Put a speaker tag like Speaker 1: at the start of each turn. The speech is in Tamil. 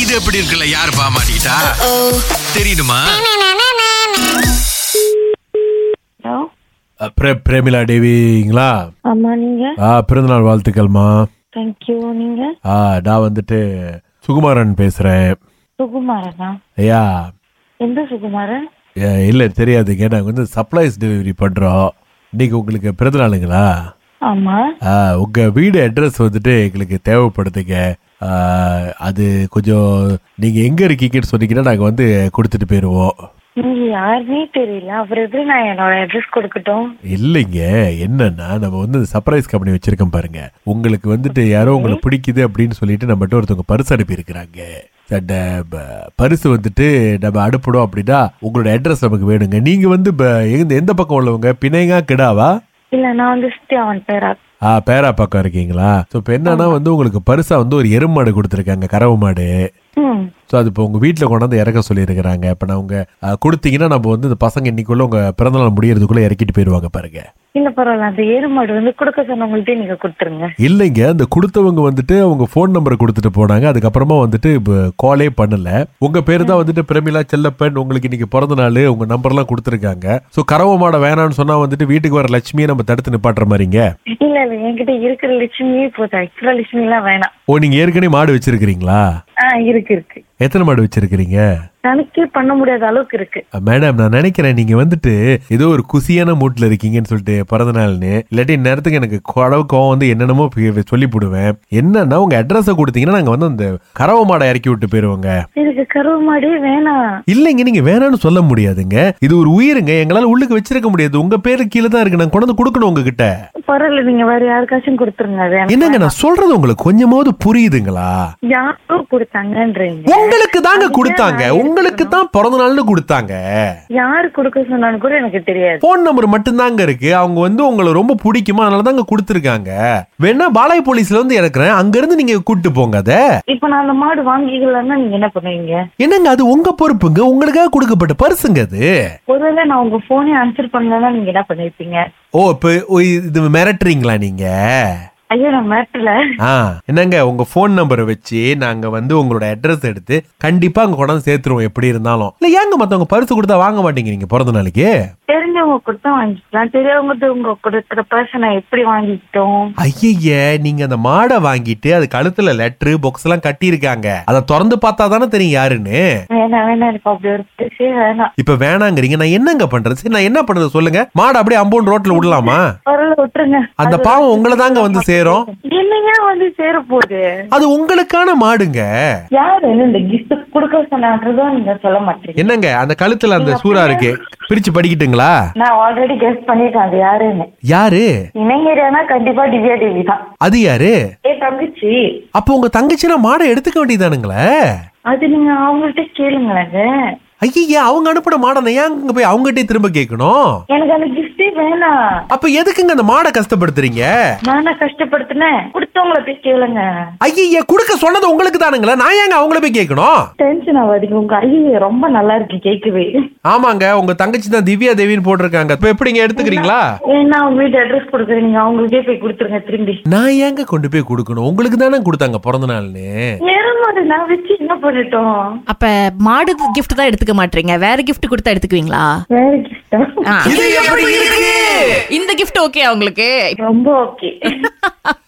Speaker 1: இது எப்படி இருக்குல்ல யாரு பா மாட்டிக்கிட்டா தெரியுமா
Speaker 2: ஹலோ
Speaker 3: பிரே பிரேமிலா தேவிங்களா
Speaker 2: ஆமா நீங்க
Speaker 3: ஆ பிறந்தநாள் வாழ்த்துக்கள்மா
Speaker 2: தேங்க்யூ நீங்க
Speaker 3: ஆ நான் வந்துட்டு சுகுமாரன் பேசுகிறேன்
Speaker 2: சுகுமாரனா
Speaker 3: ஐயா
Speaker 2: எந்த சுகுமாரன்
Speaker 3: ஏ, இல்லை தெரியாதுங்க நாங்கள் வந்து சப்ளைஸ் டெலிவரி பண்ணுறோம் இன்னைக்கு உங்களுக்கு பிறந்தநாளுங்களா
Speaker 2: ஆமா
Speaker 3: ஆ உங்கள் வீடு அட்ரஸ் வந்துட்டு எங்களுக்கு தேவைப்படுதுங்க ஆ, அது கொஞ்சம் நீங்கள் எங்கே இருக்கீங்கன்னு சொன்னீங்கன்னா நாங்கள் வந்து கொடுத்துட்டு போயிடுவோம்
Speaker 2: நீங்க யாருன்னே தெரியல அவர் எப்படி நான் என்னோட அட்ரஸ் கொடுக்கட்டும்
Speaker 3: இல்லைங்க என்னன்னா நம்ம வந்து சர்ப்ரைஸ் கம்பெனி வச்சிருக்கோம் பாருங்க உங்களுக்கு வந்துட்டு யாரோ உங்களை பிடிக்குது அப்படின்னு சொல்லிட்டு நம்மகிட்ட ஒருத்தவங்க பரிசு அனுப்பியிருக்கிறாங்க அந்த ப- பரிசு வந்துட்டு நம்ம அனுப்பணும் அப்படின்னா உங்களோட அட்ரஸ் நமக்கு வேணுங்க நீங்க வந்து ப- எந்த எந்த பக்கம் உள்ளவங்க பிணைங்கா கிடாவா
Speaker 2: இல்ல நான் வந்து சித்தி அவன் பேரா
Speaker 3: ஆ பேரா பக்கம் இருக்கீங்களா ஸோ இப்போ என்னன்னா வந்து உங்களுக்கு பரிசா வந்து ஒரு எருமாடு கொடுத்துருக்காங்க கறவை மாடு
Speaker 2: ம்
Speaker 3: ஸோ அது இப்போ உங்கள் வீட்டில் கொண்டாந்து இறக்க சொல்லியிருக்கிறாங்க இப்போ நான் உங்கள் கொடுத்தீங்கன்னா நம்ம வந்து இந்த பசங்க இன்னைக்குள்ள உங்கள் பிறந்தநாள் முடியறதுக்குள்ளே இறக்கிட்டு போயிடுவாங்க பாருங்க
Speaker 2: இல்ல பரவாயில்ல அந்த எருமாடு வந்து கொடுக்க சொன்னவங்கள்ட்டே நீங்க கொடுத்துருங்க
Speaker 3: இல்லைங்க அந்த கொடுத்தவங்க வந்துட்டு அவங்க ஃபோன் நம்பரை கொடுத்துட்டு போனாங்க அதுக்கப்புறமா வந்துட்டு காலே பண்ணல உங்க பேர் தான் வந்துட்டு பிரமிளா செல்லப்பன் உங்களுக்கு இன்னைக்கு பிறந்த நாள் உங்க நம்பர்லாம் கொடுத்துருக்காங்க ஸோ கறவை மாடை வேணாம்னு சொன்னா வந்துட்டு வீட்டுக்கு வர லட்சுமியை நம்ம தடுத்து நிப்பாட்டுற மாதிரிங்க
Speaker 2: இல்ல இல்ல என்கிட்ட இருக்கிற லட்சுமியே போதும் எக்ஸ்ட்ரா லட்சுமி எல்லாம் வேணாம்
Speaker 3: ஓ நீங்க ஏற்கனவே மாடு வச்சிருக்கிறீங்களா
Speaker 2: ஆ இருக்கு இருக்கு
Speaker 3: எத்தனை மாடு வச்சிருக்கிறீங்க
Speaker 2: தனக்கே பண்ண முடியாத அளவுக்கு இருக்கு
Speaker 3: மேடம் நான் நினைக்கிறேன் நீங்க வந்துட்டு ஏதோ ஒரு குசியான மூட்ல இருக்கீங்கன்னு சொல்லிட்டு பிறந்த நாள்னு இல்லாட்டி நேரத்துக்கு எனக்கு குடவு கோவம் வந்து என்னென்னமோ பி- சொல்லி போடுவேன் என்னன்னா உங்க அட்ரஸை கொடுத்தீங்கன்னா நாங்க வந்து அந்த கறவை மாடை இறக்கி விட்டு போயிருவோங்க
Speaker 2: எனக்கு கருவு மாடே வேணாம்
Speaker 3: இல்லைங்க நீங்க வேணாம்னு சொல்ல முடியாதுங்க இது ஒரு உயிருங்க எங்களால உள்ளுக்கு வச்சிருக்க முடியாது உங்க பேரு கீழே தான் இருக்கு நான் கொண்டு வந்து கொடுக்கணும் உங்ககிட்ட
Speaker 2: பரவாயில்ல நீங்க வேற யாருக்காச்சும் கொடுத்துருங்க அது எனக்கு
Speaker 3: என்னங்க நான் சொல்றது உங்களுக்கு கொஞ்சமாவது புரியுதுங்களா
Speaker 2: யாரோ கொடுத்தாங்கன்றீங்க
Speaker 3: உங்களுக்கு தாங்க கொடுத்தாங்க உங்களுக்கு தான் பிறந்த நாள்னு கொடுத்தாங்க
Speaker 2: யாரு கொடுக்க சொன்னான்னு கூட எனக்கு தெரியாது
Speaker 3: போன் நம்பர் மட்டும்தாங்க இருக்கு அவங்க வந்து உங்களை ரொம்ப பிடிக்குமா அதனால தாங்க கொடுத்துருக்காங்க வேணா பாலாய் போலீஸ்ல வந்து இறக்குறேன் அங்க இருந்து நீங்க கூட்டு போங்க அத
Speaker 2: இப்ப நான் அந்த மாடு வாங்கிக்கலன்னா நீங்க என்ன பண்ணுவீங்க
Speaker 3: என்னங்க அது உங்க பொறுப்புங்க உங்களுக்காக கொடுக்கப்பட்ட பரிசுங்க அது
Speaker 2: ஒருவேளை நான் உங்க போனே ஆன்சர் பண்ணலன்னா நீங்க என்ன பண்ணிருப்பீங்க
Speaker 3: ஓ இப்போ ஓ, இது மிரட்டுறீங்களா நீங்க
Speaker 2: ஐயோ நான் மேட்டர்ல
Speaker 3: ஆ என்னங்க உங்க ஃபோன் நம்பரை வச்சு நாங்க வந்து உங்களோட அட்ரஸ் எடுத்து கண்டிப்பா அங்க கொண்டாந்து சேர்த்துருவோம் எப்படி இருந்தாலும் இல்ல ஏங்க மத்தவங்க பரிசு கொடுத்தா வாங்க மாட்டீங்க நீங்க பிறந்த நாளைக்கு
Speaker 2: தெரிஞ்சவங்க கொடுத்தா வாங்கிக்கலாம் தெரியாதவங்க உங்க கொடுக்குற பர்சன் எப்படி வாங்கிக்கிட்டோம்
Speaker 3: ஐயய்ய நீங்க அந்த மாடை வாங்கிட்டு அது கழுத்துல லெட்ரு பாக்ஸ் எல்லாம் கட்டி இருக்காங்க அதை திறந்து பார்த்தா தானே தெரியும் யாருன்னு
Speaker 2: வேணாம் வேணாம் எனக்கு அப்படி ஒரு பேசே வேணாம்
Speaker 3: இப்ப வேணாங்கிறீங்க நான் என்னங்க பண்றது சரி நான் என்ன பண்றது சொல்லுங்க மாடை அப்படியே அம்போன் ரோட்ல விடலாமா
Speaker 2: பரவாயில்ல விட்டுருங்க
Speaker 3: அந்த
Speaker 2: அது
Speaker 3: பாவம் உங்களை தாங்க வந்து சேரும்
Speaker 2: என்னங்க வந்து சேர போகுது
Speaker 3: அது உங்களுக்கான மாடுங்க
Speaker 2: யாரு இந்த கிஃப்ட் கொடுக்க சொன்னான்றதும் நீங்க சொல்ல மாட்டீங்க
Speaker 3: என்னங்க அந்த கழுத்துல அந்த சூறா இருக்கு பிரிச்சு படிக்கட்டுங்களா
Speaker 2: நான் ஆல்ரெடி கெஸ் பண்ணிட்டேன் அது யாருன்னு
Speaker 3: யாரு
Speaker 2: இணைஞரானா கண்டிப்பா திவ்யா தேவி தான்
Speaker 3: அது யாரு
Speaker 2: ஏ தங்கச்சி
Speaker 3: அப்போ உங்க தங்கச்சினா மாடை எடுத்துக்க வேண்டியதானுங்களே
Speaker 2: அது நீங்க அவங்கள்ட்ட கேளுங்களேங்க
Speaker 3: ஐயா அவங்க அனுப்பின மாடை நான் ஏன் அங்க போய் அவங்ககிட்டயே திரும்ப கேட்கணும்
Speaker 2: எனக்கு அந்த கிஃப்டே வேணாம்
Speaker 3: அப்ப எதுக்குங்க அந்த மாடை கஷ்டப்படுத்துறீங்க
Speaker 2: நானா கஷ்டப்படுத்தினேன் கொடுத்தவங்கள போய் கேளுங்க
Speaker 3: ஐயா கொடுக்க சொன்னது உங்களுக்கு தானுங்களே நான் ஏங்க அவங்கள போய் கேட்கணும்
Speaker 2: டென்ஷன் ஆகாதீங்க உங்க ஐயே ரொம்ப நல்லா இருக்கு கேட்கவே
Speaker 3: ஆமாங்க உங்க தங்கச்சி தான் திவ்யா தேவின்னு போட்டிருக்காங்க இப்ப எப்படிங்க எடுத்துக்கிறீங்களா
Speaker 2: ஏன்னா அவங்க வீட்டு அட்ரஸ் கொடுக்குறேன் நீங்க அவங்களுக்கே போய் கொடுத்துருங்க திரும்பி
Speaker 3: நான் ஏங்க கொண்டு போய் கொடுக்கணும் உங்களுக்கு தானே கொடுத்தாங்க பிறந்த நாள்னு
Speaker 2: நேரம் நான் வச்சு என்ன பண்ணட்டும்
Speaker 4: அப்ப மாடு gift தான் எடுத்துக்க மாட்டீங்க வேற gift கொடுத்தா எடுத்துக்குவீங்களா
Speaker 2: வேற கிஃப்டா
Speaker 4: ஆ.
Speaker 3: இது எப்படி இருக்கு
Speaker 4: இந்த gift ஓகே அவங்களுக்கு
Speaker 2: ரொம்ப ஓகே